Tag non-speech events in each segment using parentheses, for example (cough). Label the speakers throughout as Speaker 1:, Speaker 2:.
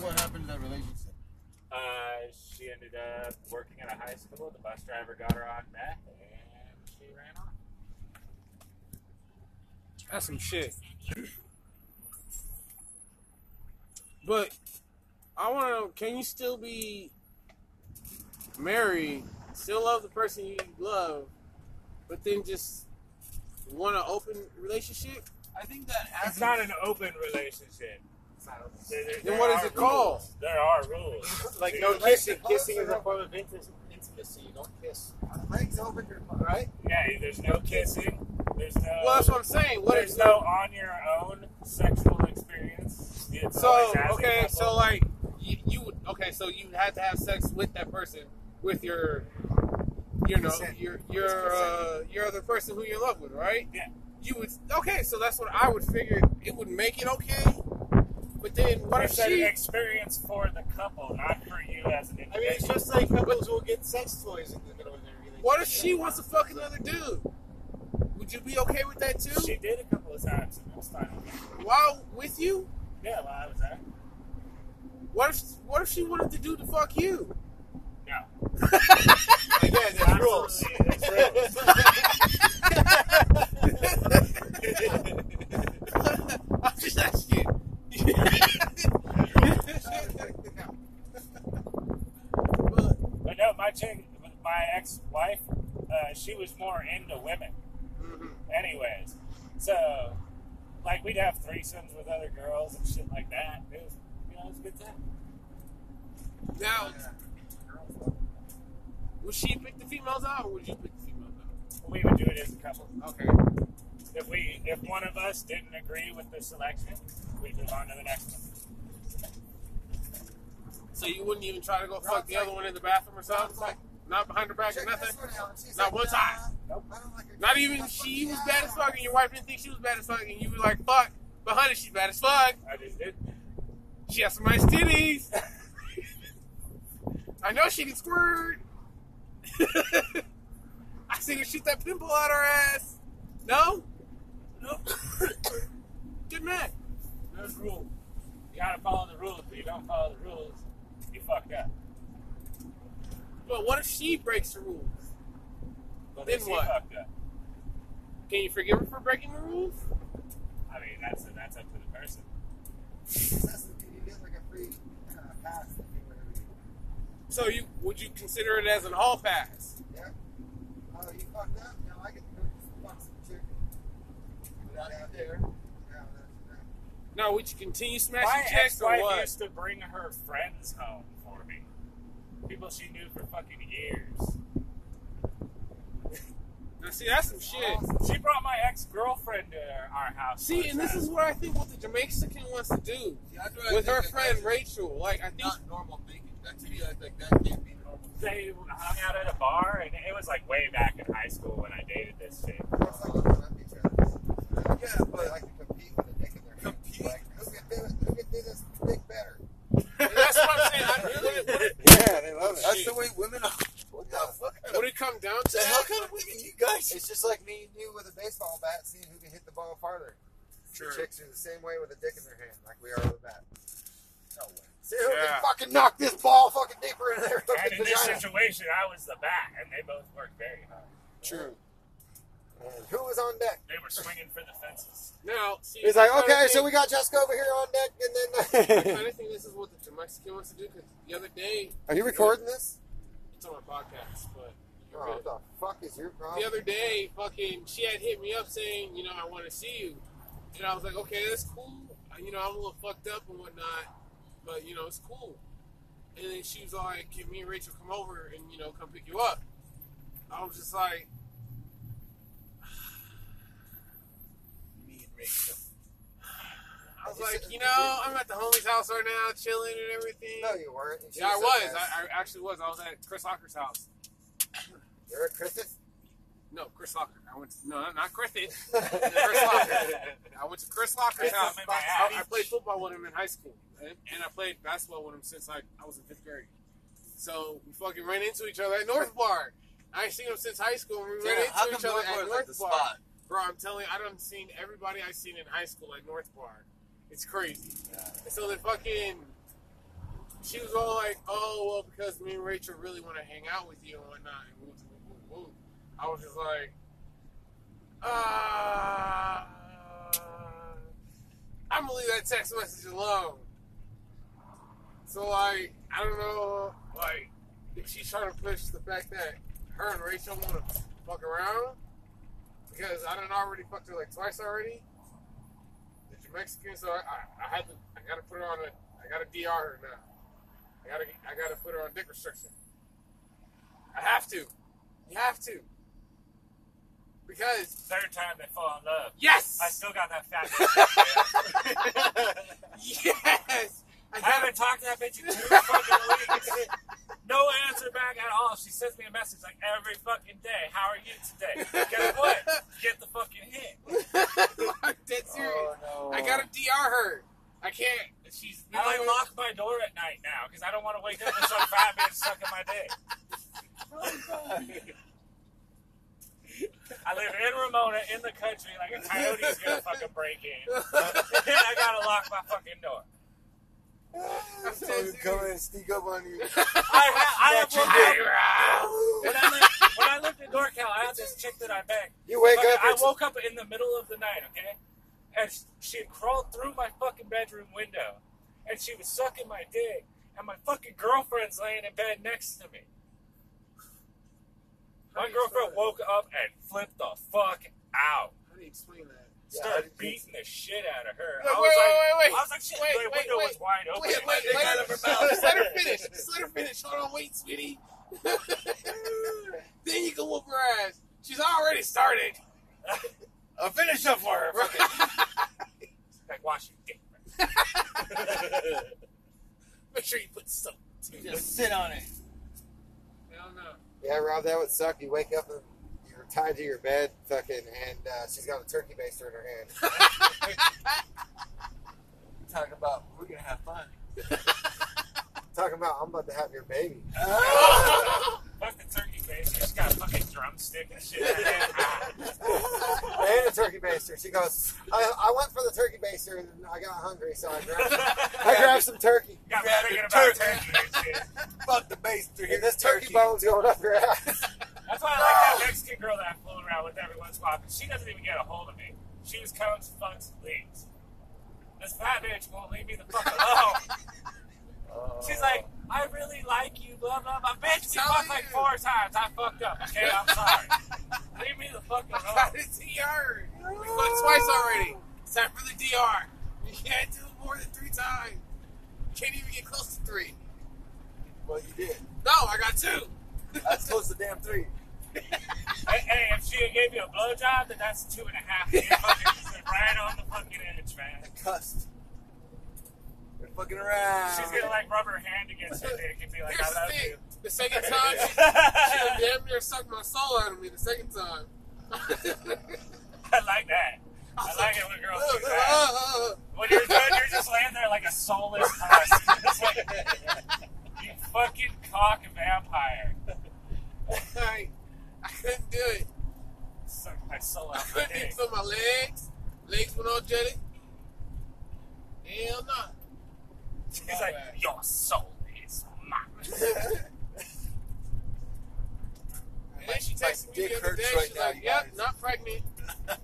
Speaker 1: happened to that relationship?
Speaker 2: Uh, she ended up working at a high school. The bus driver got her on meth, and she ran off.
Speaker 3: That's some shit. But I want to know: Can you still be married, still love the person you love, but then just want an open relationship?
Speaker 1: I think that
Speaker 2: It's
Speaker 1: happens.
Speaker 2: not an open relationship. There- there-
Speaker 3: Then
Speaker 2: there
Speaker 3: what is
Speaker 2: are
Speaker 3: it called?
Speaker 2: rules. There are rules.
Speaker 3: (laughs) Like
Speaker 2: Dude,
Speaker 3: no kissing. Kissing is a
Speaker 4: form of intimacy. You don't kiss,
Speaker 1: Legs open your
Speaker 4: right?
Speaker 2: Yeah, there's no kissing. There's no.
Speaker 3: Well, that's what I'm saying. What
Speaker 2: there's
Speaker 3: is
Speaker 2: no on your own sexual experience. It's
Speaker 3: So
Speaker 2: always as a
Speaker 3: okay,
Speaker 2: couple.
Speaker 3: so like you, you would okay, so you had to have sex with that person with your, you know,
Speaker 1: Consent.
Speaker 3: your your uh, your other person who you're in love with, right?
Speaker 2: Yeah.
Speaker 3: You would okay, so that's what I would figure. It would make it okay, but then what if
Speaker 2: it's an
Speaker 3: she?
Speaker 2: experience for the couple, not for you as an
Speaker 4: I mean, it's
Speaker 2: individual.
Speaker 4: just like couples will get sex toys in the middle of their relationship.
Speaker 3: What if she wants to fuck another dude? Would you be okay with that too?
Speaker 2: she did a couple of times, and that's fine.
Speaker 3: While with you,
Speaker 2: Yeah, well, I was there.
Speaker 3: what if what if she wanted the dude to fuck you?
Speaker 2: No.
Speaker 4: Yeah, there's rules.
Speaker 2: Absolutely, there's rules.
Speaker 3: I'm just asking. But-
Speaker 2: But no, my chick, my ex-wife, uh, she was more into women. Anyways, so like we'd have threesomes with other girls and shit like that. It was, you know, it was a good time.
Speaker 3: Now, would she pick the females out, or would you pick the females
Speaker 2: We would do it as a couple.
Speaker 3: out? Okay.
Speaker 2: If we, if one of us didn't agree with the selection, we move on to the next one.
Speaker 3: So you wouldn't even try to go fuck the other one in the bathroom or something? Not behind her back or nothing? Not one time. Not even she was bad as fuck, and your wife didn't think she was bad as fuck, and you were like, fuck, but honey, she's bad as fuck.
Speaker 2: I just did.
Speaker 3: She has some nice titties. I know she can squirt. I seen her shoot that pimple out her ass. No? No. (coughs) Good man.
Speaker 2: There's rules. You gotta follow the rules. If you don't follow the rules, you fucked up.
Speaker 3: But what if she breaks the rules?
Speaker 2: But
Speaker 3: Then
Speaker 2: if she
Speaker 3: what?
Speaker 2: fucked up,
Speaker 3: Can you forgive her for breaking the rules?
Speaker 2: I mean, that's that's up to the person.
Speaker 3: So you would you consider it as an hall pass?
Speaker 4: Not out there.
Speaker 3: No, would you continue
Speaker 2: My
Speaker 3: smashing checks or
Speaker 2: ex-wife
Speaker 3: what?
Speaker 2: used to bring her friends home for me. People she knew for fucking years.
Speaker 3: Now see, that's some shit.
Speaker 2: She brought my ex-girlfriend to our house.
Speaker 3: See,
Speaker 2: one
Speaker 3: and this
Speaker 2: time.
Speaker 3: is what I think what the Jamaican wants to do with her friend Rachel. Like I think
Speaker 1: Not normal thinking. That to me, I think that can't be normal.
Speaker 2: they hung out at a bar, and it was like way back in high school when I dated this chick.
Speaker 1: Yeah, but like compete. Who can do it? Who can do this big better?
Speaker 3: that's what I'm saying. I, what, it, what, it,
Speaker 4: Yeah, they love it.
Speaker 1: Oh, That's the way women are.
Speaker 4: What the fuck?
Speaker 3: what it come down to?
Speaker 4: The hell kind of women you guys?
Speaker 1: It's just like me and you with a baseball bat, seeing who can hit the ball farther.
Speaker 3: True.
Speaker 1: Chicks are the same way with a dick in their hand, like we are with a bat. No way. See who
Speaker 3: Yeah.
Speaker 1: can fucking knock this ball fucking deeper in their
Speaker 2: And
Speaker 1: fucking
Speaker 2: in this
Speaker 1: vagina.
Speaker 2: situation, I was the bat, and they both worked very hard.
Speaker 3: True.
Speaker 1: And Who was on deck?
Speaker 2: They were swinging for the
Speaker 3: (laughs)
Speaker 2: fences.
Speaker 3: Now, see,
Speaker 1: He's like, okay, so we got Jessica over here on deck, and
Speaker 3: I
Speaker 1: then. uh,
Speaker 3: kind of think this is what the Jamaican wants to do because the other day
Speaker 1: (laughs) Are you recording this?
Speaker 3: it's on our podcast, but you're
Speaker 1: Oh,
Speaker 3: good.
Speaker 1: what the fuck is your problem?
Speaker 3: the other day, fucking, she had hit me up saying, you know, I want to see you, and I was like, okay, that's cool. I- You know, I'm a little fucked up and whatnot, but you know, it's cool. And then she was like, can me and Rachel come over and you know, come pick you up? I was just like, (sighs)
Speaker 1: Me and Rachel.
Speaker 3: I was like, you know, I'm at the homie's house right now, chilling and everything.
Speaker 1: No, you weren't. You
Speaker 3: Yeah, I
Speaker 1: said
Speaker 3: was.
Speaker 1: yes.
Speaker 3: I, I actually was. I was at Chris Locker's house.
Speaker 1: You're a Christmas?
Speaker 3: No, Chris Locker. I went. To, no, not Chris. (laughs) It. Chris
Speaker 1: (laughs)
Speaker 3: Locker. I went to Chris Locker's
Speaker 2: Chris
Speaker 3: house.
Speaker 2: up in my
Speaker 3: I,
Speaker 2: alley.
Speaker 3: I played football with him in high school, and, and I played basketball with him since like I was in fifth grade. So we fucking ran into each other at North Bar. I ain't seen him since high school. and We ran into each other at North Bar. Bro, I'm telling you, I done seen everybody I seen in high school at North Bar. It's crazy. And so the fucking she was all like, "Oh well, because me and Rachel really want to hang out with you and whatnot." And woo, woo, woo, woo. I was just like, "Ah, I'm gonna leave that text message alone." So like, I don't know, like, if she's trying to push the fact that her and Rachel want to fuck around because I done already fucked her like twice already. The Mexican, so I, I, I had to, I gotta put her on a, I gotta DR her now. I gotta, I gotta put her on dick restriction. I have to. You have to. Because
Speaker 2: Third time they fall in love.
Speaker 3: yes,
Speaker 2: I still got that fat
Speaker 3: (laughs)
Speaker 2: bitch.
Speaker 3: yes, I
Speaker 2: I
Speaker 3: gotta.
Speaker 2: haven't talked to that bitch in two fucking weeks. No answer back at all. She sends me a message like every fucking day. How are you today? Guess what? Get the fucking hit.
Speaker 3: I'm dead serious.
Speaker 4: Oh, no.
Speaker 1: (laughs)
Speaker 3: I gotta DR her. I can't. She's
Speaker 2: I like lock my door at night now because I don't want to wake up with some fat bitch sucking my dick. I live in Ramona, in the country, like a coyote's gonna fucking break in. I gotta lock my fucking door.
Speaker 4: I'm
Speaker 3: so (laughs)
Speaker 4: telling you,
Speaker 3: serious.
Speaker 4: come in and ssneak up on you.
Speaker 2: I have, I have
Speaker 4: Snatch
Speaker 2: one
Speaker 4: your
Speaker 2: day- when I lived, when I lived in NorCal, I had this chick that I banged.
Speaker 4: You wake
Speaker 2: Fucking-
Speaker 4: up.
Speaker 2: I
Speaker 4: it's-
Speaker 2: woke up in the middle of the night, okay, and sh- she had crawled through my fucking bedroom window, and she was sucking my dick, and my fucking girlfriend's laying in bed next to me. My girlfriend woke up and flipped the fuck out.
Speaker 3: How do you explain that?
Speaker 4: Yeah,
Speaker 2: Started
Speaker 4: I-
Speaker 2: beating the shit out of her.
Speaker 3: Wait,
Speaker 2: I was
Speaker 3: wait,
Speaker 2: like,
Speaker 3: wait, wait,
Speaker 2: I was like, shit,
Speaker 3: wait,
Speaker 2: the
Speaker 3: wait,
Speaker 2: window was
Speaker 3: wait.
Speaker 2: wide open.
Speaker 3: Wait,
Speaker 2: My
Speaker 3: wait,
Speaker 2: dick
Speaker 3: wait.
Speaker 2: out of her mouth.
Speaker 3: Just (laughs) let her finish. Just let her finish. Hold on, wait, sweetie. (laughs) then you can whoop her ass. She's already started.
Speaker 4: I'll finish up for her. fuck it.
Speaker 2: Like, wash your dick.
Speaker 3: (laughs) Make sure you put soap. too.
Speaker 5: Just sit on it.
Speaker 3: Hell no.
Speaker 4: yeah, Rob, that would suck. You wake up and you're tied to your bed, fucking, and uh, she's got a turkey baster in her hand.
Speaker 5: Talk about we're gonna have fun.
Speaker 4: Talking about, I'm about to have your baby. (laughs)
Speaker 2: Fuck the turkey face. She's got a fucking drumstick and
Speaker 3: (laughs)
Speaker 2: shit. (laughs) in her hand.
Speaker 4: and a turkey baster. She goes, I, I went for the turkey baster and I got hungry, so I grabbed,
Speaker 2: Ah.
Speaker 4: I grabbed some turkey.
Speaker 2: Got me
Speaker 5: Grab
Speaker 2: thinking
Speaker 5: the
Speaker 2: about turkey
Speaker 5: turkey.
Speaker 2: and shit.
Speaker 5: Fuck the bass through here.
Speaker 4: And this turkey, bone's going up your
Speaker 5: (laughs)
Speaker 4: ass.
Speaker 2: That's why I like that Mexican girl that I float around with every once in a while. 'cause she doesn't even get a hold of me. She just comes, fucks, leaves. This fat bitch won't leave me
Speaker 3: (laughs)
Speaker 2: the fuck alone. She's like, I really like you, blah blah blah. Bitch, we
Speaker 3: Oh. telling
Speaker 2: fucked like
Speaker 3: you.
Speaker 2: four times. I fucked up. Okay,
Speaker 3: (laughs)
Speaker 2: I'm sorry. leave me the fuck
Speaker 3: I got
Speaker 2: alone.
Speaker 3: (laughs) it DR. We fucked twice already. It's time for the DR. You can't do more than three times. You can't even get close to three.
Speaker 5: Well, you did.
Speaker 3: No, I got two.
Speaker 5: That's close to damn three.
Speaker 2: hey, hey, if she gave you a blowjob, then that's two and a half. You're fucking sitting right on the fucking edge, man.
Speaker 5: I cussed. We're fucking around.
Speaker 2: She's gonna like rub her hand against her dick and be like,
Speaker 3: Here's
Speaker 2: I
Speaker 3: the
Speaker 2: love
Speaker 3: thing.
Speaker 2: you.
Speaker 3: The second time, she, she done damn near sucked my soul out of me the second time.
Speaker 2: I like that. I like it when girls do that.
Speaker 3: Uh,
Speaker 2: When you're good, you're just laying there like a soulless husk. It's like, you fucking cock vampire.
Speaker 3: I, I couldn't do it.
Speaker 2: Suck my soul
Speaker 3: I
Speaker 2: out my
Speaker 3: couldn't even (laughs)
Speaker 2: dick.
Speaker 3: feel my legs. Legs went all jelly. Hell no.
Speaker 2: He's like, your soul is mine.
Speaker 3: And then she
Speaker 5: My
Speaker 3: texted me
Speaker 5: dick
Speaker 3: the other day.
Speaker 5: hurts right
Speaker 3: she's
Speaker 5: now,
Speaker 3: like,
Speaker 5: you
Speaker 3: "Yep,
Speaker 5: guys."
Speaker 3: not pregnant."
Speaker 5: (laughs)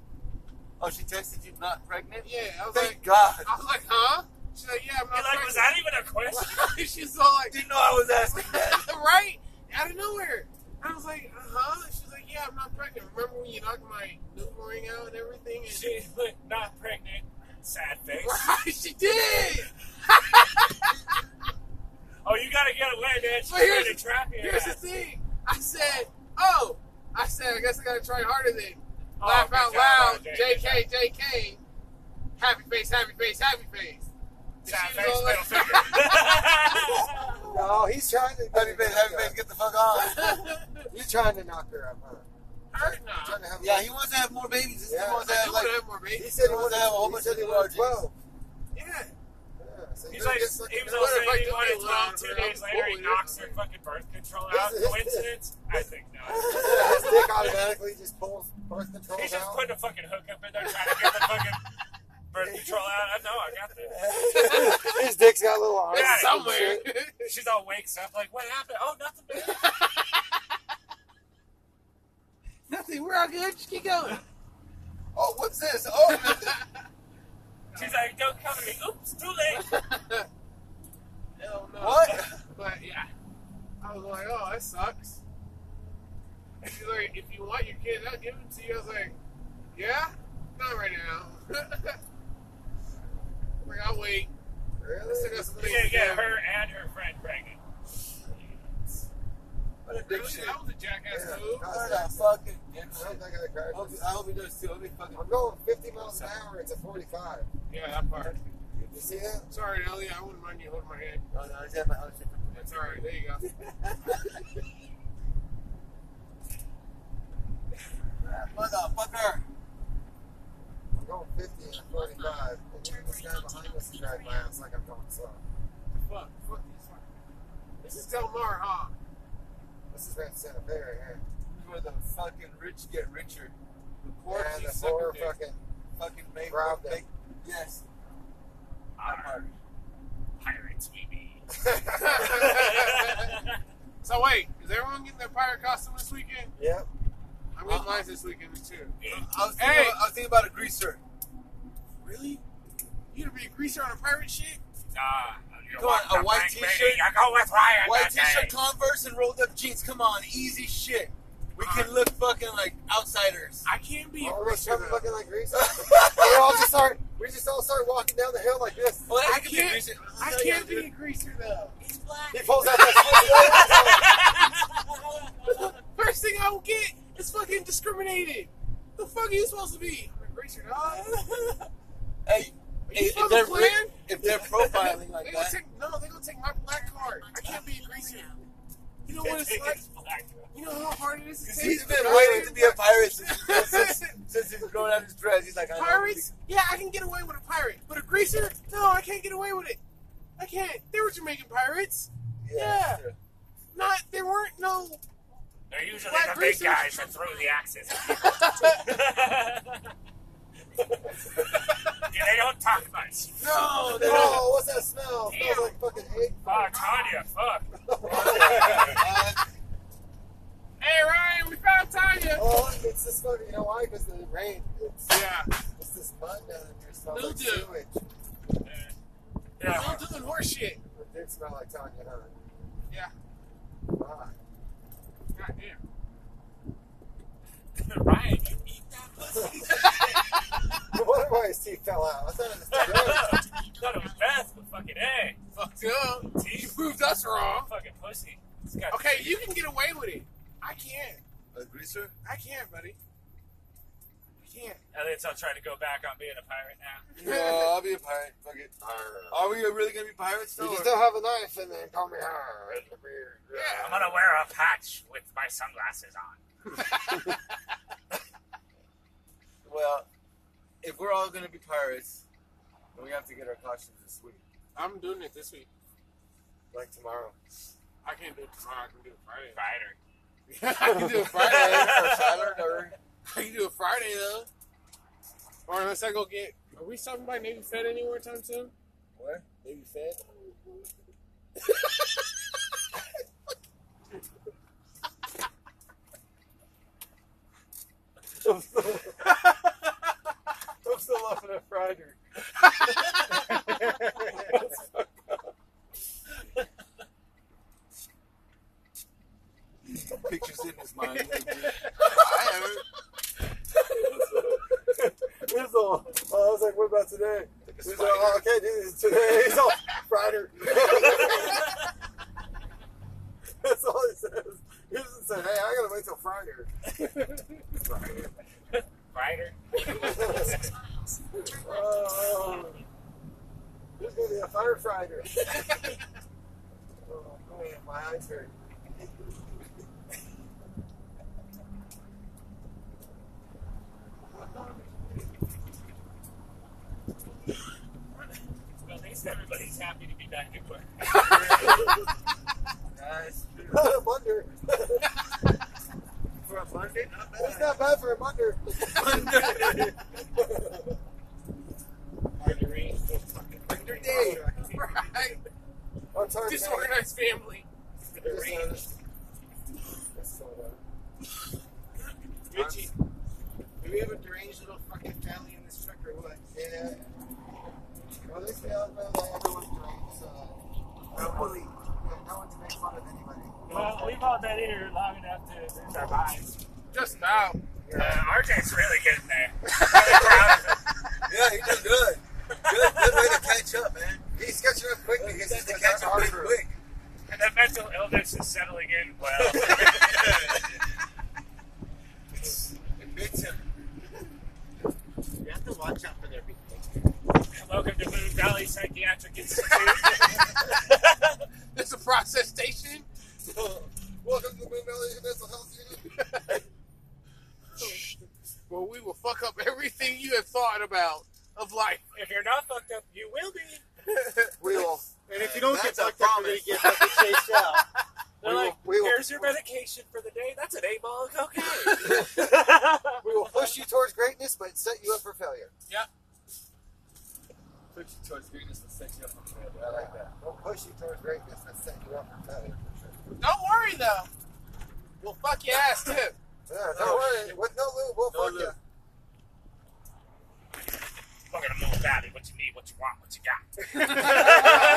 Speaker 5: Oh, she texted you not pregnant?
Speaker 3: Yeah, I was
Speaker 5: Thank
Speaker 3: like,
Speaker 5: God.
Speaker 3: I was like, "Huh?" She's like, "Yeah, I'm
Speaker 2: You're
Speaker 3: not
Speaker 2: like, was that even a question?
Speaker 3: pregnant." she's all (laughs) like,
Speaker 5: Didn't know I was asking that.
Speaker 3: right? Out of nowhere. I was like, uh huh. She's like, yeah, I'm not pregnant. Remember when you knocked my nipple ring out and everything? And
Speaker 2: She look not pregnant. Sad face.
Speaker 3: Right, (laughs) she did.
Speaker 2: Oh, you gotta get away, man. She's
Speaker 3: But here's-
Speaker 2: trying to trap you.
Speaker 3: Here's the thing. I said, oh, I said, I guess I gotta try harder then.
Speaker 2: Oh,
Speaker 3: Laugh
Speaker 2: good
Speaker 3: out
Speaker 2: job,
Speaker 3: loud,
Speaker 2: Jay.
Speaker 3: JK, JK. Happy face, happy face, happy face. And
Speaker 2: Sad
Speaker 3: she
Speaker 2: face,
Speaker 3: was all
Speaker 2: middle
Speaker 3: like-
Speaker 2: finger.
Speaker 4: No, he's trying to.
Speaker 5: Happy face, happy face, get the fuck
Speaker 4: (laughs)
Speaker 5: on.
Speaker 4: You're trying to knock her up, huh?
Speaker 2: (laughs)
Speaker 3: Hurt
Speaker 4: Trying
Speaker 3: now.
Speaker 4: to have
Speaker 5: yeah, he wants to have more babies.
Speaker 4: Yeah.
Speaker 5: He wants to
Speaker 3: I do
Speaker 5: have like
Speaker 3: wanna have more
Speaker 4: he
Speaker 3: babies.
Speaker 4: said he
Speaker 5: wants
Speaker 4: wanted
Speaker 5: to have a whole
Speaker 4: he
Speaker 5: bunch
Speaker 4: said
Speaker 5: of
Speaker 4: he
Speaker 5: new
Speaker 4: wanted
Speaker 5: orgies.
Speaker 4: 12.
Speaker 3: Yeah.
Speaker 4: Yeah, so
Speaker 2: He's
Speaker 4: you're
Speaker 2: like,
Speaker 4: just
Speaker 2: he was
Speaker 4: at
Speaker 2: all
Speaker 4: her.
Speaker 3: What if I
Speaker 2: saying he
Speaker 3: do
Speaker 2: wanted
Speaker 3: get
Speaker 2: 12
Speaker 3: locked
Speaker 2: two
Speaker 3: up?
Speaker 2: days later,
Speaker 3: What
Speaker 2: he
Speaker 3: would
Speaker 2: knocks
Speaker 3: it
Speaker 2: her
Speaker 3: be?
Speaker 2: fucking birth control
Speaker 4: Is
Speaker 2: out.
Speaker 4: it- is it-
Speaker 2: Coincidence? I think
Speaker 4: (laughs)
Speaker 2: not.
Speaker 4: (laughs) His dick automatically just pulls birth control
Speaker 2: He's just
Speaker 4: down.
Speaker 2: putting a fucking hookup in there trying to get the fucking birth control out. I know, I got this.
Speaker 4: (laughs) His dick's got little arms.
Speaker 2: Got it.
Speaker 4: (laughs)
Speaker 3: Somewhere. somewhere.
Speaker 2: She's all wakes up like, what happened? Oh, nothing. man."
Speaker 5: Nothing. We're all good. Just keep going.
Speaker 4: Oh, what's this?
Speaker 2: (laughs)
Speaker 4: Oh, nothing.
Speaker 2: She's like, don't come to me. Oops, too late.
Speaker 3: Hell no.
Speaker 4: what?
Speaker 3: But yeah, I was like, oh, that sucks. And she's like, if you want your kid, I'll give him to you. I was like, yeah, not right now. (laughs) like, I'll wait. I still
Speaker 4: Really?
Speaker 3: got some
Speaker 2: She's
Speaker 3: things
Speaker 2: gonna
Speaker 3: to
Speaker 2: get
Speaker 3: do.
Speaker 2: her and her friend pregnant.
Speaker 4: What a
Speaker 3: Really?
Speaker 4: dipshit.
Speaker 3: That was a jackass
Speaker 4: Yeah.
Speaker 3: move.
Speaker 4: No.
Speaker 5: What a fucking
Speaker 4: I hope
Speaker 5: dipshit.
Speaker 4: that guy
Speaker 5: I hope,
Speaker 4: crashes.
Speaker 5: I hope he does too. Let me fucking.
Speaker 4: I'm going 50 miles an hour. It's a 45.
Speaker 3: Yeah, that part.
Speaker 4: You see that?
Speaker 3: Sorry, Ellie, I wouldn't mind you holding my hand.
Speaker 5: Oh no, I just have my own shit.
Speaker 3: That's all right. There you go.
Speaker 5: Motherfucker.
Speaker 4: I'm going 50 and a 45. And then this guy behind us is driving my ass like I'm going slow.
Speaker 3: Fuck. Fuck these fuckers. This is Del Mar, huh?
Speaker 4: This is right Santa Fe right here.
Speaker 5: Where the fucking rich get richer. The poor
Speaker 4: And
Speaker 5: keep
Speaker 4: the
Speaker 5: sucking
Speaker 4: four
Speaker 5: dick.
Speaker 4: fucking.
Speaker 5: fucking make,
Speaker 4: Rob them.
Speaker 5: make yes. I'm
Speaker 2: Our
Speaker 5: hard.
Speaker 2: pirates we be. (laughs) uh,
Speaker 3: so wait, is everyone getting their pirate costume this weekend?
Speaker 4: Yep.
Speaker 3: I'm getting
Speaker 5: Uh-uh.
Speaker 3: mine this weekend too.
Speaker 5: I was, thinking
Speaker 3: Hey!
Speaker 5: about, I was thinking about a greaser.
Speaker 3: Really? You gonna be a greaser on a pirate ship?
Speaker 2: Nah, you
Speaker 5: Come on,
Speaker 2: walk
Speaker 5: a
Speaker 2: the
Speaker 5: white
Speaker 2: plank,
Speaker 5: t-shirt?
Speaker 2: baby. I go with Ryan.
Speaker 5: White
Speaker 2: that
Speaker 5: t-shirt,
Speaker 2: day.
Speaker 5: Converse, and rolled up jeans. Come on, easy shit. We can
Speaker 3: Uh.
Speaker 5: look fucking like outsiders.
Speaker 3: I can't be a
Speaker 4: All of us
Speaker 3: greaser.
Speaker 4: coming
Speaker 3: though.
Speaker 4: looking like grease. we all just start. We just all start walking down the hill like this.
Speaker 5: Well,
Speaker 3: I
Speaker 5: I can be
Speaker 3: can't-
Speaker 5: greaser.
Speaker 3: I
Speaker 5: Tell you
Speaker 3: can't
Speaker 5: what,
Speaker 3: be a greaser though.
Speaker 4: He pulls out that.
Speaker 3: First thing I will get is fucking discriminated. The fuck are you supposed to be? I'm a greaser dog.
Speaker 5: Hey,
Speaker 3: Are
Speaker 5: hey,
Speaker 3: you
Speaker 5: if,
Speaker 3: fucking
Speaker 5: they're,
Speaker 3: playing?
Speaker 5: if they're profiling
Speaker 3: (laughs) They
Speaker 5: like
Speaker 3: gonna
Speaker 5: that,
Speaker 3: take, no, they're gonna take my black card. I can't be a greaser. You know what
Speaker 5: (laughs)
Speaker 3: it's
Speaker 2: It's
Speaker 3: like?
Speaker 2: (laughs) black.
Speaker 3: You know how hard it is to
Speaker 5: 'Cause
Speaker 3: take
Speaker 5: he's
Speaker 3: the
Speaker 5: been
Speaker 3: card?
Speaker 5: waiting to be a pirate since, since, since he's grown out his dress. He's like, I know.
Speaker 3: Pirates? Yeah, I can get away with a pirate. But a greaser? No, I can't get away with it. I can't. They were Jamaican pirates. Yeah.
Speaker 5: that's true.
Speaker 3: Not, there weren't no.
Speaker 2: They're usually
Speaker 3: Black
Speaker 2: the big
Speaker 3: greasers.
Speaker 2: guys that throw the axes. (laughs) Yeah, they don't talk much.
Speaker 3: No, they don't.
Speaker 4: oh, what's that smell? It smells like fucking egg.
Speaker 2: Oh, Tanya, fuck.
Speaker 3: (laughs) Hey, Ryan, we found Tanya.
Speaker 4: Oh, it's this fucking. You know why? Because the rain. It's,
Speaker 3: Yeah.
Speaker 4: it's this mud down here. Smells
Speaker 3: Little
Speaker 4: like
Speaker 3: dude.
Speaker 4: sewage.
Speaker 2: Yeah.
Speaker 3: Still doing horse shit.
Speaker 4: It did smell like Tanya, huh?
Speaker 3: Yeah.
Speaker 4: Wow.
Speaker 3: Goddamn.
Speaker 2: Ryan, you eat that pussy? (laughs)
Speaker 4: No wonder why his teeth fell out. I thought
Speaker 2: (laughs)
Speaker 4: it was
Speaker 2: thought it was Beth, but fucking A.
Speaker 3: Fucked up. You
Speaker 2: Teeth,
Speaker 3: proved us wrong.
Speaker 2: fucking pussy. It's got
Speaker 3: Okay, you can get away with it. I can't.
Speaker 5: A greaser?
Speaker 3: I can't, buddy. I can't.
Speaker 2: Elliot's all trying to go back on being a pirate now.
Speaker 5: Yeah, I'll be a pirate. Fuck it. Are we really gonna be pirates
Speaker 4: You
Speaker 5: though?
Speaker 4: just
Speaker 5: or-
Speaker 4: don't have a knife, and then call me. "Arr, it's a beard."
Speaker 3: Yeah.
Speaker 2: I'm gonna wear a patch with my sunglasses on.
Speaker 5: Well, if we're all gonna be pirates, then we have to get our costumes this (laughs) week.
Speaker 3: I'm doing it this week.
Speaker 4: Like tomorrow.
Speaker 3: I can't do it tomorrow. I can do it Friday.
Speaker 2: Rider.
Speaker 3: I can do it
Speaker 5: Friday
Speaker 3: Friday.
Speaker 5: or Saturday or
Speaker 3: (laughs) I can do it Friday though. Or unless I go get. Are we stopping by Navy Fed anywhere anytime soon?
Speaker 5: where?
Speaker 4: Maybe fed. I'm still laughing at Friday.
Speaker 5: Pictures in his mind.
Speaker 4: He's all, oh, I was like, what about today? He's like, oh, I can't do this today. (laughs) He's all, Friday. That's all he says. He doesn't say, hey, I gotta wait till Friday. (laughs)
Speaker 2: Rider.
Speaker 4: Oh, there's gonna be a firefighter. (laughs) oh, man, my eyes hurt. (laughs)
Speaker 2: Well, at least everybody's happy to be back at work.
Speaker 5: Guys,
Speaker 4: Munder.
Speaker 5: (laughs) for a Monday, not
Speaker 4: It's not bad for a Munder.
Speaker 5: Monday.
Speaker 2: Margarine.
Speaker 4: Day.
Speaker 3: Right.
Speaker 4: On time
Speaker 3: disorganized family.
Speaker 1: uh,
Speaker 3: Richie.
Speaker 1: Do we have a deranged little fucking family in this truck or what? Yeah. Well, this feels like everyone's deranged, so. Nobody. No one to make fun of anybody.
Speaker 2: Well, we've all been here long enough to lose our minds.
Speaker 3: Just about.
Speaker 2: Uh, RJ's really getting there. (laughs) Really proud of him.
Speaker 5: Yeah, he did good. Good, good way to catch up, man.
Speaker 1: He's catching up quick
Speaker 5: He
Speaker 1: because
Speaker 5: got
Speaker 1: he's
Speaker 5: to
Speaker 1: got
Speaker 5: catch up pretty quick.
Speaker 2: And that mental illness is settling in well. (laughs)
Speaker 5: It beats him.
Speaker 1: You have to watch out for their people.
Speaker 2: Welcome to Moon Valley Psychiatric Institute. (laughs)
Speaker 3: It's a process station.
Speaker 1: Welcome to the Moon Valley Mental Health Unit.
Speaker 3: Well, we will fuck up everything you have thought about of life.
Speaker 2: if you're not fucked up, you will be.
Speaker 4: We will.
Speaker 1: And if you don't get
Speaker 5: That's a
Speaker 1: fucked up, you're
Speaker 5: promise.
Speaker 1: gonna get fucking chased out.
Speaker 2: They're
Speaker 4: We will-
Speaker 2: like,
Speaker 4: we will-
Speaker 2: here's your medication for the day. That's an eight ball of cocaine.
Speaker 4: (laughs) We will push you towards greatness, but set you up for failure.
Speaker 5: (laughs) Put you towards greatness and set you up for failure.
Speaker 1: I like that. We'll push you towards greatness and set you up for failure. for sure.
Speaker 3: Don't worry though. We'll fuck your ass too. (laughs)
Speaker 1: Yeah, don't worry. With no lube, we'll
Speaker 5: No
Speaker 1: fuck you.
Speaker 5: lube.
Speaker 2: Welcome to Moon Valley. What you need, what you want, what you got.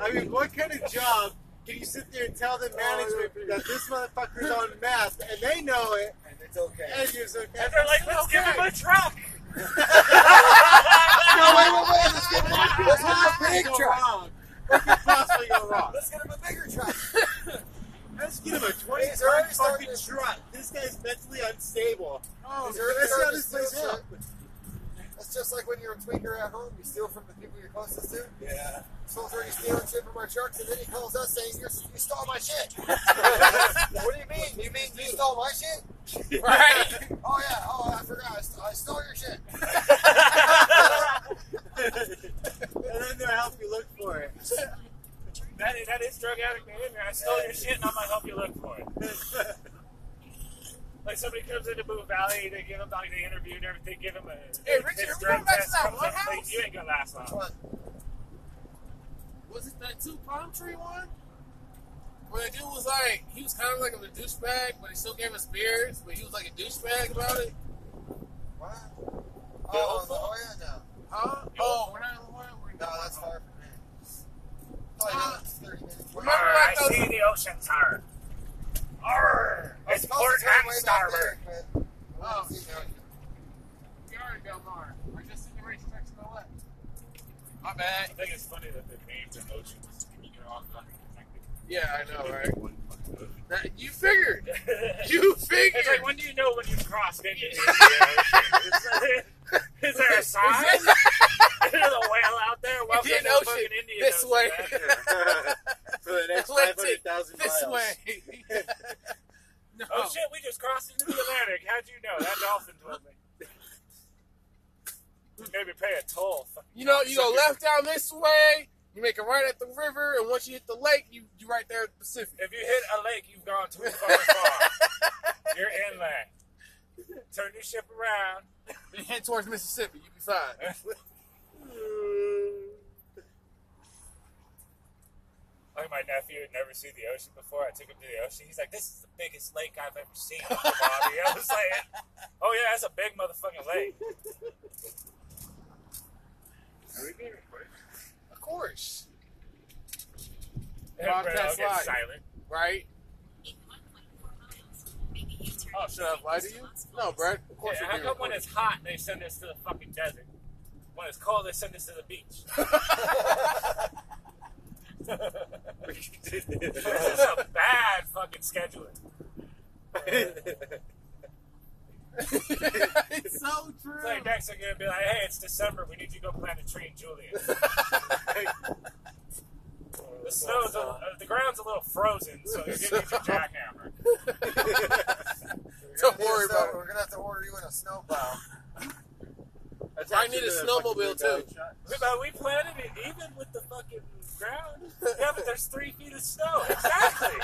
Speaker 1: I mean, what kind of job can you sit there and tell the management that this motherfucker's on meth and they know it
Speaker 5: And it's okay.
Speaker 1: and you're so
Speaker 2: And they're like, let's give him a truck.
Speaker 1: no, wait, wait, wait, let's get back. Let's (laughs)
Speaker 4: Let's get a big truck.
Speaker 1: wrong. What could possibly go wrong?
Speaker 5: Let's get him a bigger truck.
Speaker 1: Let's get him a 20
Speaker 4: He's
Speaker 1: ton
Speaker 4: already starting
Speaker 1: fucking
Speaker 4: to-
Speaker 1: truck. This guy's mentally unstable.
Speaker 4: Oh,
Speaker 1: Let's see how this plays out.
Speaker 4: That's just like when you're a tweaker at home. You steal from the people you're closest to.
Speaker 5: Yeah.
Speaker 4: Someone's already stealing shit from our trucks, and then he calls us saying, you're, "You stole my shit." (laughs) what do you mean? You mean you stole my shit?
Speaker 3: Right?
Speaker 4: Oh yeah. Oh, I forgot. I st- I stole your shit.
Speaker 1: And then they'll help you look for
Speaker 5: (laughs)
Speaker 1: it.
Speaker 2: That is, that is drug addict behavior. I stole your shit and I'm going to help you look for it. Like somebody comes into Moon Valley, they give them like the interview and everything, give them a
Speaker 3: Hey, Richard,
Speaker 2: this
Speaker 3: are we
Speaker 2: drug
Speaker 3: going back to
Speaker 2: test,
Speaker 3: that
Speaker 2: comes
Speaker 3: one
Speaker 2: up, like,
Speaker 3: house?
Speaker 2: You ain't gonna last long.
Speaker 3: Was it that two palm tree one? Where the dude was like, he was kind of like a douchebag, but he still gave us beers, but he was like a douchebag about it.
Speaker 4: What? Oh, oh yeah, no.
Speaker 3: Huh? Oh, we're not in Lemoyne, we're in
Speaker 4: No, that's far from here. Probably
Speaker 3: Ah.
Speaker 4: not 30 minutes.
Speaker 3: Remember
Speaker 2: Arr,
Speaker 3: that
Speaker 2: I see the ocean's hard. Arr, it's
Speaker 4: Supposed to
Speaker 2: port
Speaker 4: turn
Speaker 2: and
Speaker 4: way back
Speaker 2: starboard.
Speaker 4: there, but I
Speaker 3: Oh,
Speaker 4: haven't seen that.
Speaker 3: We are in Del Mar. We're just in the racetrack to the left. My bad.
Speaker 2: I think it's funny that the names and oceans and you get all fucking connected.
Speaker 3: Yeah, I know, right? That, you figured.
Speaker 2: (laughs)
Speaker 3: You figured.
Speaker 2: It's like, when do you know when you've crossed into (laughs) the ocean? It's like, Is there a sign? Is (laughs) there a whale out (laughs) there? Welcome
Speaker 3: Indian
Speaker 2: to
Speaker 3: Ocean,
Speaker 2: fucking Indian
Speaker 3: this
Speaker 2: Ocean,
Speaker 3: way.
Speaker 2: (laughs) man.
Speaker 3: (laughs)
Speaker 1: For the next
Speaker 3: Let's see.
Speaker 1: 500,000 miles.
Speaker 3: (laughs) this way. no.
Speaker 2: Oh shit, we just crossed into the Atlantic. How'd you know? That dolphin told me. Maybe pay a toll.
Speaker 3: You know, you go left down this way, you make a right at the river, and once you hit the lake, you you right there at the Pacific.
Speaker 2: If you hit a lake, you've gone too fucking (laughs) far. You're inland. Turn your ship around.
Speaker 3: You head towards Mississippi, you be fine.
Speaker 2: Like my nephew had never seen the ocean before. I took him to the ocean. He's like, "This is the biggest lake I've ever seen, Bobby." I was
Speaker 3: (laughs)
Speaker 2: like, "Oh yeah, that's a big motherfucking lake."
Speaker 3: Of course,
Speaker 2: And Bro,
Speaker 3: Broadcast
Speaker 2: I'll get
Speaker 3: live.
Speaker 2: silent.
Speaker 3: right?
Speaker 6: Oh, should
Speaker 3: Uh,
Speaker 6: I lie to you?
Speaker 3: No, (laughs) Brad. Of course.
Speaker 2: Yeah,
Speaker 3: you're
Speaker 2: how
Speaker 3: being
Speaker 2: come when
Speaker 3: recorded.
Speaker 2: it's hot they send us to the fucking desert? When it's cold they send us to
Speaker 3: (laughs)
Speaker 2: the beach. (laughs) this is a bad fucking scheduling.
Speaker 3: it's so true.
Speaker 2: It's like next they're gonna be like, "Hey, it's December. We need you to go plant a tree in Julian." the snow's a, uh, the ground's a little frozen, so you're gonna need your jackhammer.
Speaker 4: We're
Speaker 3: Don't
Speaker 4: gonna need
Speaker 3: worry
Speaker 4: a snow-
Speaker 3: about it.
Speaker 4: We're gonna have to order you in a snowplow.
Speaker 3: I need a snowmobile too.
Speaker 2: But we planted it even with the fucking ground. Yeah, but there's three feet of snow. Exactly.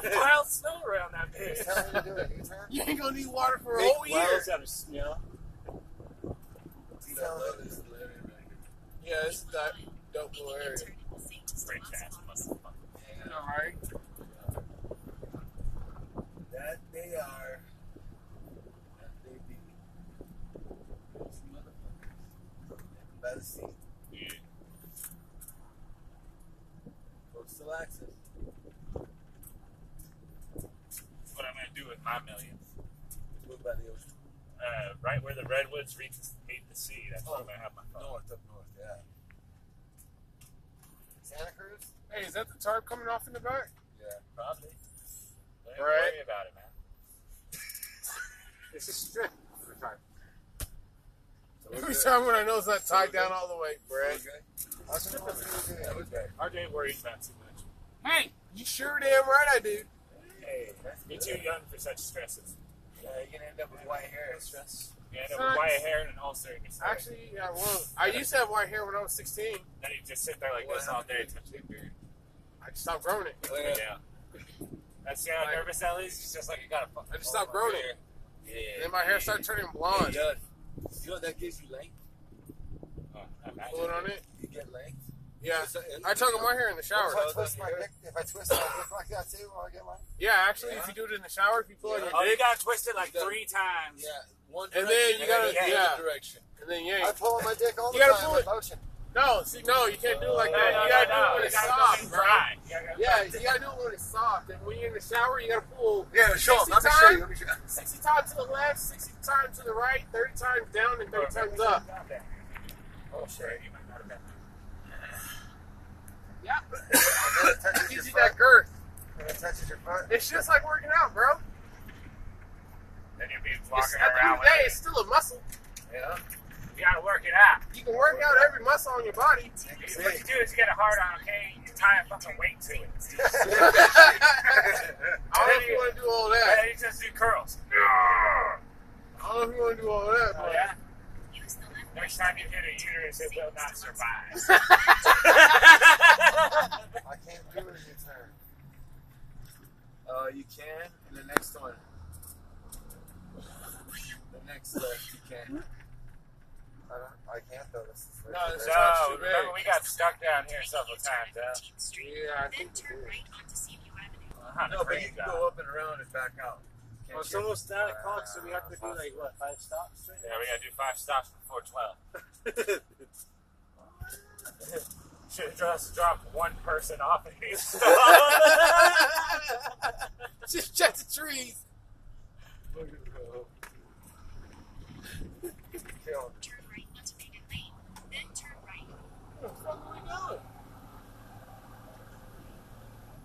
Speaker 2: There's piled snow around that
Speaker 4: Just
Speaker 2: bitch.
Speaker 4: tell me to do a U-turn.
Speaker 3: oh, You ain't gonna need water for a whole year.
Speaker 7: out of snow.
Speaker 3: Word.
Speaker 2: Rich ass motherfucker.
Speaker 3: All right.
Speaker 5: That they are. That they be. Those motherfuckers. By the sea.
Speaker 2: Yeah.
Speaker 5: Coastal access.
Speaker 2: That's what I'm gonna do with my millions.
Speaker 5: Move by the ocean.
Speaker 2: Uh, right where the redwoods reach, meet the sea. That's where I'm gonna have my phone.
Speaker 5: North, up north, yeah.
Speaker 4: Santa Cruz?
Speaker 3: Hey, is that the tarp coming off in the back?
Speaker 5: Yeah.
Speaker 2: Probably. Don't even
Speaker 3: Right.
Speaker 2: worry about it, man.
Speaker 3: It's a strip. Every time.
Speaker 5: So
Speaker 3: (laughs) Every
Speaker 5: good.
Speaker 3: time when I know it's not tied down all the way,
Speaker 5: We're
Speaker 3: Brad.
Speaker 5: good.
Speaker 4: I was gonna say,
Speaker 5: That was good.
Speaker 2: RJ worries about too much.
Speaker 3: Hey, you sure damn right I do.
Speaker 5: Hey, that's
Speaker 2: You're
Speaker 5: good.
Speaker 2: too young for such stresses.
Speaker 5: Yeah, you're gonna end up with white hair. Stress.
Speaker 2: You end up
Speaker 3: Sucks.
Speaker 2: with white hair and an ulcer in your stomach.
Speaker 3: Actually, yeah, I won't. I used to have white hair when I was 16.
Speaker 2: then you just sit there like this all day, touching your beard.
Speaker 3: I just stopped growing it.
Speaker 5: Yeah.
Speaker 2: Yeah. That's how
Speaker 3: Like-
Speaker 2: nervous Ellie's. She's just like, you gotta fuck.
Speaker 3: I just stopped growing it.
Speaker 5: Yeah.
Speaker 3: And my hair started turning blonde.
Speaker 5: Yeah. You know that gives you length.
Speaker 2: Oh,
Speaker 3: Pulling on it.
Speaker 5: You get length.
Speaker 3: Yeah.
Speaker 5: It's a-
Speaker 3: I took my hair in the shower. Oh,
Speaker 4: If I twist my dick, if I twist my dick like that too, will I get one?
Speaker 3: Yeah, actually, if you do it in the shower, if you pull on your
Speaker 2: Oh, you
Speaker 3: dick,
Speaker 2: got twisted like
Speaker 5: Yeah.
Speaker 2: three times.
Speaker 5: Yeah. One
Speaker 3: And then
Speaker 5: direction,
Speaker 3: you gotta-
Speaker 5: and then the
Speaker 3: yeah.
Speaker 5: other direction.
Speaker 3: and then
Speaker 4: I
Speaker 3: yank.
Speaker 4: pull on my dick all the
Speaker 3: You gotta
Speaker 4: time
Speaker 3: pull
Speaker 4: in
Speaker 3: it.
Speaker 4: motion.
Speaker 3: No, see, no, you can't do it like
Speaker 2: No,
Speaker 3: that.
Speaker 2: no,
Speaker 3: You
Speaker 2: no,
Speaker 3: gotta do it
Speaker 2: no.
Speaker 3: when
Speaker 2: You
Speaker 3: it's
Speaker 2: gotta
Speaker 3: soft,
Speaker 2: fucking
Speaker 3: bro.
Speaker 2: dry. You gotta-
Speaker 3: Yeah, you gotta do it when it's soft. And when you're in the shower, you gotta pull
Speaker 5: Yeah, show
Speaker 3: 'em. Let me show you, let sixty times to the left, sixty times to the right, thirty times down, and thirty times up.
Speaker 2: Oh, shit. You might not have been.
Speaker 3: Yeah,
Speaker 4: It touches your
Speaker 3: gives you that
Speaker 4: foot.
Speaker 3: girth.
Speaker 4: It touches your foot.
Speaker 3: It's just like working out, bro.
Speaker 2: Then you'll be
Speaker 3: It's,
Speaker 2: walking
Speaker 3: at the end of
Speaker 2: around
Speaker 3: the
Speaker 2: with
Speaker 3: day,
Speaker 2: it.
Speaker 3: it's still a muscle.
Speaker 5: Yeah.
Speaker 2: You gotta work it out.
Speaker 3: You can work out every muscle on your
Speaker 2: (laughs)
Speaker 3: body. (laughs)
Speaker 2: What you do is you get a hard on, okay? You tie a fucking weight to it.
Speaker 3: I
Speaker 2: And
Speaker 3: don't know
Speaker 2: then
Speaker 3: if you
Speaker 2: you,
Speaker 3: want to do all
Speaker 2: and
Speaker 3: that.
Speaker 2: then you just do curls.
Speaker 3: I don't know if you want to do all that,
Speaker 2: Oh,
Speaker 3: but
Speaker 2: yeah? Next time you hit a uterus, it will not
Speaker 5: (laughs)
Speaker 2: survive.
Speaker 4: I can't do it in turn.
Speaker 5: Uh, you can in the next one. The next left, you can.
Speaker 4: I, don't, I can't though. This is
Speaker 5: No, it's-
Speaker 2: So, remember, we got stuck down here several times, huh?
Speaker 3: yeah, I
Speaker 6: Then
Speaker 3: think.
Speaker 6: turn right onto Seaview Avenue.
Speaker 2: Uh-huh,
Speaker 5: No, but you can go up and around and back out. Can't
Speaker 7: Well, it's
Speaker 5: you?
Speaker 7: almost nine o'clock, so we have to do like what five stops? Right?
Speaker 2: Yeah, we gotta do five stops before
Speaker 5: (laughs)
Speaker 2: 12. Should just drop one person off at
Speaker 5: (laughs)
Speaker 2: (laughs) each stop.
Speaker 3: Just check the trees.
Speaker 6: Turn right onto Maiden Lane. Then turn right.
Speaker 3: Where the fuck are we going?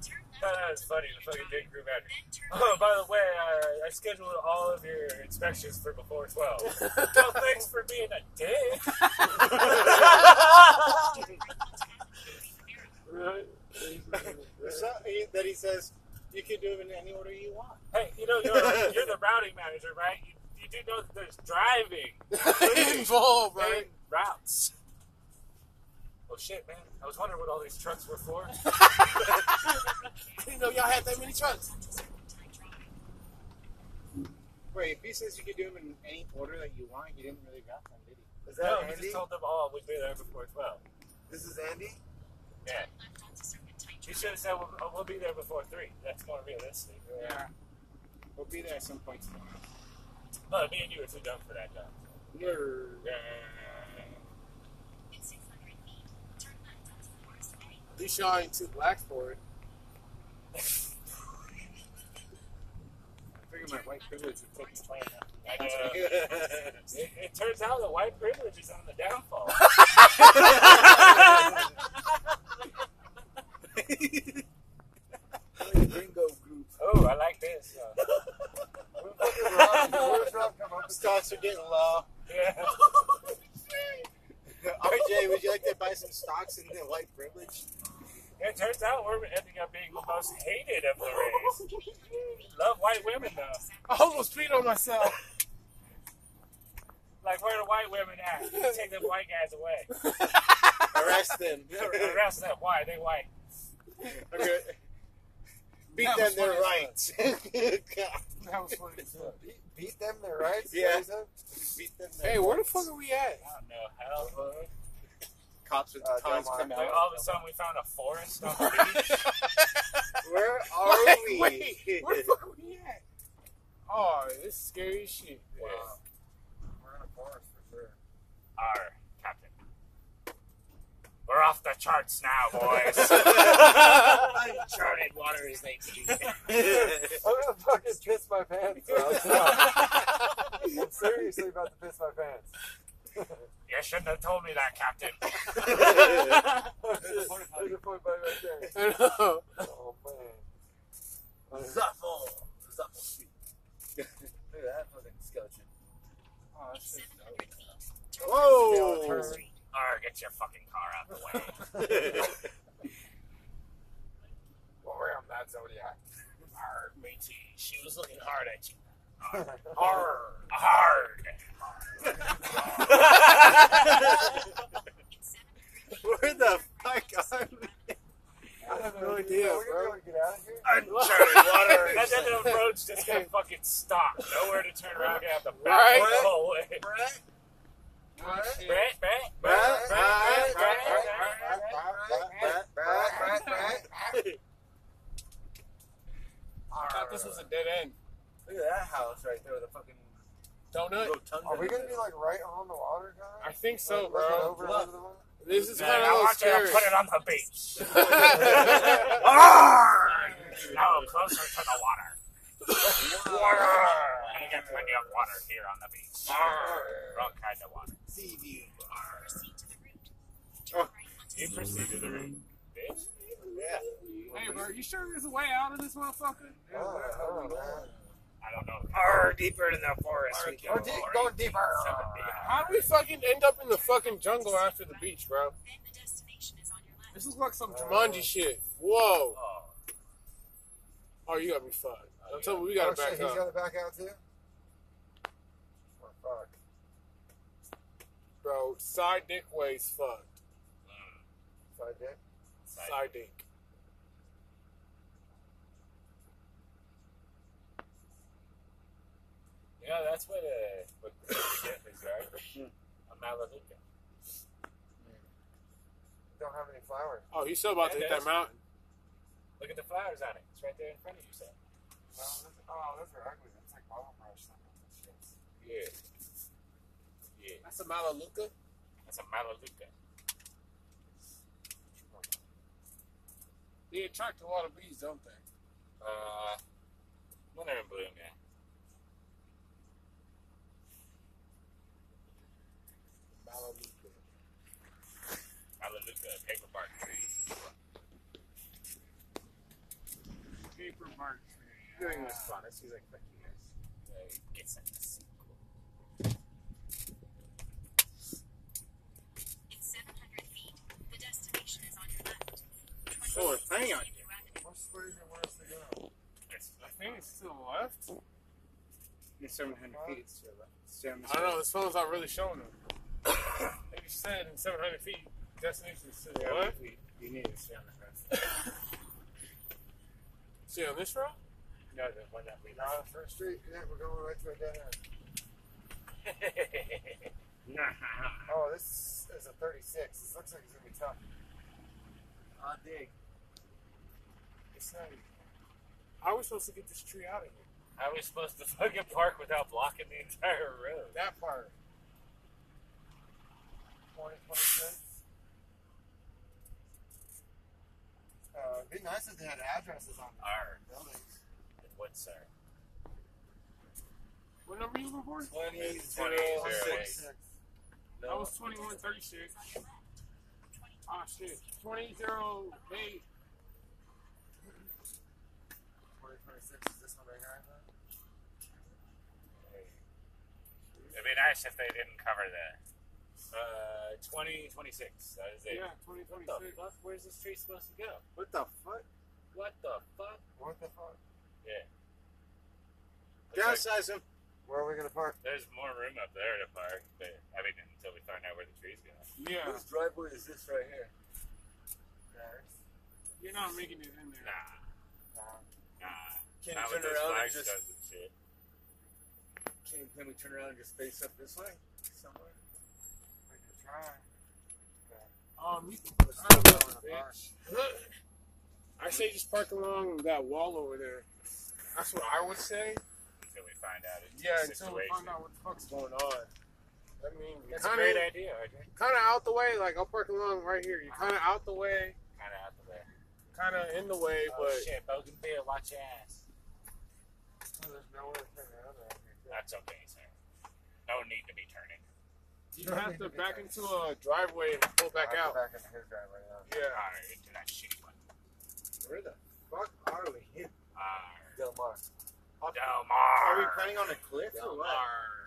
Speaker 6: Turn left.
Speaker 2: That was
Speaker 6: onto
Speaker 2: funny, the
Speaker 6: Maiden
Speaker 2: fucking
Speaker 6: Drive.
Speaker 2: big group out here.
Speaker 6: Then turn
Speaker 2: Oh,
Speaker 6: right.
Speaker 2: by the way, I, I scheduled all of your inspections for before
Speaker 5: (laughs)
Speaker 2: 12. well, thanks for being a dick.
Speaker 6: Turn right onto Avenue of America.
Speaker 7: There's something that he says you can do it in any order you want.
Speaker 2: hey, you know, you're, you're the routing manager, right? You, you do know that there's (laughs) driving
Speaker 3: Involved,
Speaker 2: and
Speaker 3: right?
Speaker 2: routes. Oh, shit, man. I was wondering what all these trucks were for.
Speaker 3: I didn't know y'all had that many trucks.
Speaker 6: Onto Serpentine Drive.
Speaker 7: Wait, if he says you can do them in any order that you want, you didn't really got them, did he?
Speaker 4: Is
Speaker 2: no,
Speaker 4: that
Speaker 2: he
Speaker 4: Andy?
Speaker 2: just told them all we'd be there before 12.
Speaker 4: This is Andy.
Speaker 2: Yeah.
Speaker 6: Left onto Serpentine
Speaker 2: You
Speaker 6: Drive.
Speaker 2: should have said we'll, oh, we'll be there before 3. That's more realistic.
Speaker 7: Yeah. We'll be there at some point tomorrow.
Speaker 2: But me and you were too dumb for that job.
Speaker 7: Nerd.
Speaker 2: Yeah.
Speaker 6: In 600 feet, turn left onto Forest Lane.
Speaker 3: At least y'all ain't too black for it.
Speaker 7: I figure my white privilege would take the plan out.
Speaker 2: Uh, it, it turns out that white privilege is on the downfall.
Speaker 5: Gringo group.
Speaker 2: oh, I like this. Uh,
Speaker 7: Stocks are getting low. (laughs)
Speaker 2: yeah.
Speaker 7: RJ, would you like to buy some stocks in the white privilege?
Speaker 2: It turns out we're ending up being the most hated of the race. Love white women though.
Speaker 3: I almost peed on myself.
Speaker 2: Like where the white women at? Take them white guys away.
Speaker 7: Arrest them. (laughs)
Speaker 2: Arrest them. Why? They white.
Speaker 7: Beat
Speaker 3: That
Speaker 7: them
Speaker 3: was
Speaker 7: their
Speaker 3: funny.
Speaker 7: rights. (laughs) God.
Speaker 3: That was funny. as hell.
Speaker 4: (laughs) Beat, beat them, their rights.
Speaker 7: Yeah.
Speaker 4: Raise them.
Speaker 7: Beat them their
Speaker 3: Hey, where the
Speaker 7: rights.
Speaker 3: fuck are we at?
Speaker 2: I don't know how.
Speaker 7: cops with
Speaker 5: Uh,
Speaker 7: batons
Speaker 5: Del Mar.
Speaker 7: come out.
Speaker 2: Like, all of a sudden, we found a forest on the
Speaker 5: (laughs)
Speaker 2: beach.
Speaker 7: Where are (laughs)
Speaker 3: Wait,
Speaker 7: we?
Speaker 3: wait, where the fuck are we at? Oh, this is scary as shit.
Speaker 5: Wow.
Speaker 1: We're in a forest for sure.
Speaker 2: Our captain. We're off the charts now, (laughs) boys. (laughs)
Speaker 3: (laughs)
Speaker 2: Uncharted waters, they be.
Speaker 7: (laughs)
Speaker 4: I'm gonna fucking piss my pants. bro. I'm
Speaker 5: (laughs)
Speaker 4: sorry. I'm seriously about to piss my pants.
Speaker 2: You shouldn't have told me that, Captain.
Speaker 4: There's a point right there.
Speaker 3: I know.
Speaker 4: Oh man.
Speaker 5: Zuffle. Zuffle Street. Look at that fucking skeleton.
Speaker 7: Oh, that's just-
Speaker 6: 700 feet.
Speaker 3: Whoa!
Speaker 2: Or get your fucking car out of the way.
Speaker 1: Well, we're on that zodiac.
Speaker 2: Hard, matey. She was looking hard at you. Hard. Hard.
Speaker 6: In 700 feet.
Speaker 7: Where the fuck are we?
Speaker 4: I have
Speaker 7: no idea,
Speaker 4: We're
Speaker 7: bro.
Speaker 4: gonna be able to get out of here.
Speaker 2: Uncharted waters. and then the road's just gonna fucking stop. Nowhere to turn around. We're gonna have to back
Speaker 3: Right.
Speaker 2: the whole way.
Speaker 5: Brett?
Speaker 2: Brett, Brett,
Speaker 5: Brett?
Speaker 2: Brett, Brett,
Speaker 5: Brett?
Speaker 2: Brett.
Speaker 5: Brett? Brett? Brett?
Speaker 3: I
Speaker 2: (laughs)
Speaker 3: thought this was a dead end.
Speaker 5: Look at that house right there with a fucking
Speaker 3: Don't know.
Speaker 5: little tongue.
Speaker 4: Are we gonna be like right on the water, guys?
Speaker 3: I think so,
Speaker 4: Like, looking
Speaker 3: bro.
Speaker 4: Over, over the water?
Speaker 3: This is
Speaker 2: Man,
Speaker 3: kind of a
Speaker 2: I
Speaker 3: little
Speaker 2: want you
Speaker 3: scary.
Speaker 2: to put it on the beach.
Speaker 3: (laughs)
Speaker 2: No, closer to the water. Water. I get plenty of water here on the beach. Wrong kind of water.
Speaker 5: Sea view.
Speaker 6: Proceed to the route. Turn right onto
Speaker 2: You proceed to the route, bitch.
Speaker 3: hey, bro, you sure there's a way out of this motherfucker?
Speaker 4: Oh, oh, man.
Speaker 2: I don't know. Arr, deeper in the forest. we
Speaker 4: Go deep, go deeper.
Speaker 3: How do we fucking end up in the fucking jungle after the beach, bro?
Speaker 6: the- Then the destination is on your left.
Speaker 3: This looks like some Jumanji shit. Whoa. Oh, you got me fucked. I'm telling you, we
Speaker 4: Oh,
Speaker 3: gotta
Speaker 4: shit,
Speaker 3: back
Speaker 4: he's
Speaker 3: up.
Speaker 4: gotta back out too. Oh, fuck.
Speaker 3: Bro, side dick ways fucked.
Speaker 4: Side dick.
Speaker 2: Side
Speaker 3: Side dick.
Speaker 2: Yeah, that's what uh, what get is right. A Malaluka.
Speaker 4: Don't have any flowers.
Speaker 3: Oh, he's so about to hit that mountain.
Speaker 2: Look at the flowers on it. It's right there in front of you, sir.
Speaker 4: No, those- oh, those are ugly. That's like bottle brush.
Speaker 2: Yeah. Yeah.
Speaker 3: That's a Malaluka.
Speaker 2: That's a Malaluka.
Speaker 3: They attract a lot of bees, don't they?
Speaker 2: Uh, winter in bloom, yeah.
Speaker 3: Malaluka.
Speaker 2: Malaluka, a paper bark tree.
Speaker 3: Paper bark tree.
Speaker 7: Doing this fun. He's like, fuck you guys.
Speaker 2: Uh, gets in the sequel.
Speaker 6: In 700 feet, the destination is on your left.
Speaker 3: Oh, a thing on
Speaker 6: you.
Speaker 4: Where's, where's your worst to go?
Speaker 2: It's
Speaker 3: I think it's still left.
Speaker 7: It's 700 feet. It's to the left. It's down this
Speaker 3: I don't
Speaker 7: way.
Speaker 3: know. This phone's not really showing them. (coughs) Like you said, in 700 feet, destination is to the
Speaker 7: Yeah,
Speaker 3: left.
Speaker 7: we- You need to stay on the left.
Speaker 3: See on this route?
Speaker 7: No, the one that we
Speaker 4: Down the first street. Yeah, we're going right to a dead end. Oh, this is a 36. This looks like it's gonna be tough.
Speaker 5: I dig.
Speaker 3: It's not. How are we supposed to get this tree out of here?
Speaker 2: (laughs) How are we supposed to fucking park without blocking the entire road?
Speaker 3: That part.
Speaker 4: 20, 26. Uh, it'd be nice if they had addresses on
Speaker 2: Arr,
Speaker 4: the buildings.
Speaker 2: what, sir?
Speaker 3: What number you looking for?
Speaker 5: 20,
Speaker 2: 20,
Speaker 5: 06.
Speaker 2: Six.
Speaker 5: No.
Speaker 3: That was 2136. Ah, shit. 2008.
Speaker 4: 2026 is this one right here?
Speaker 2: It'd be nice if they didn't cover the uh, 2026. That is it.
Speaker 3: Yeah,
Speaker 2: What the
Speaker 3: 2026.
Speaker 2: fuck? Where's this tree supposed to go?
Speaker 7: What the fuck?
Speaker 2: What the fuck?
Speaker 4: What the fuck?
Speaker 2: Yeah. Looks like
Speaker 7: Downsize him.
Speaker 4: Where are we gonna park?
Speaker 2: there's more room up there to park, but I mean, until we find out where the tree's going.
Speaker 3: Yeah,
Speaker 5: Whose driveway is this right here?
Speaker 3: you're not making it in there.
Speaker 2: Nah. Nah.
Speaker 5: Can
Speaker 2: Not
Speaker 5: you
Speaker 2: with
Speaker 5: turn
Speaker 2: those
Speaker 5: around and just
Speaker 2: flagstones and shit.
Speaker 5: can, you- can we turn around and just face up this way? Somewhere?
Speaker 4: We could try.
Speaker 3: Um, you can push the button, bitch. (laughs) I say just park along that wall over there. That's what I would say.
Speaker 2: until we find out it's
Speaker 3: Yeah,
Speaker 2: the
Speaker 3: until we
Speaker 2: situation.
Speaker 3: find out what the fuck's going on. I mean, you're
Speaker 2: That's a great
Speaker 3: kind
Speaker 2: idea, RJ.
Speaker 3: of out the way. Like, I'll park along right here. You're kind of out the way,
Speaker 2: Kind of out the way.
Speaker 3: kind of in the way,
Speaker 2: Oh
Speaker 3: but.
Speaker 2: shit, Bougainville, watch your ass.
Speaker 3: Oh, there's no way to turn around out here.
Speaker 2: That's okay, sir. No need to be turning.
Speaker 3: You have to back into a driveway and pull back
Speaker 7: I'll
Speaker 3: out.
Speaker 7: go Back into his driveway. now.
Speaker 3: Yeah.
Speaker 2: Alright, into that shitty one.
Speaker 7: Where the?
Speaker 1: Fuck are we?
Speaker 2: Arr.
Speaker 5: Del Mar.
Speaker 2: Del
Speaker 7: Are we
Speaker 2: Mar.
Speaker 7: planning on a cliff or what?
Speaker 2: Arr.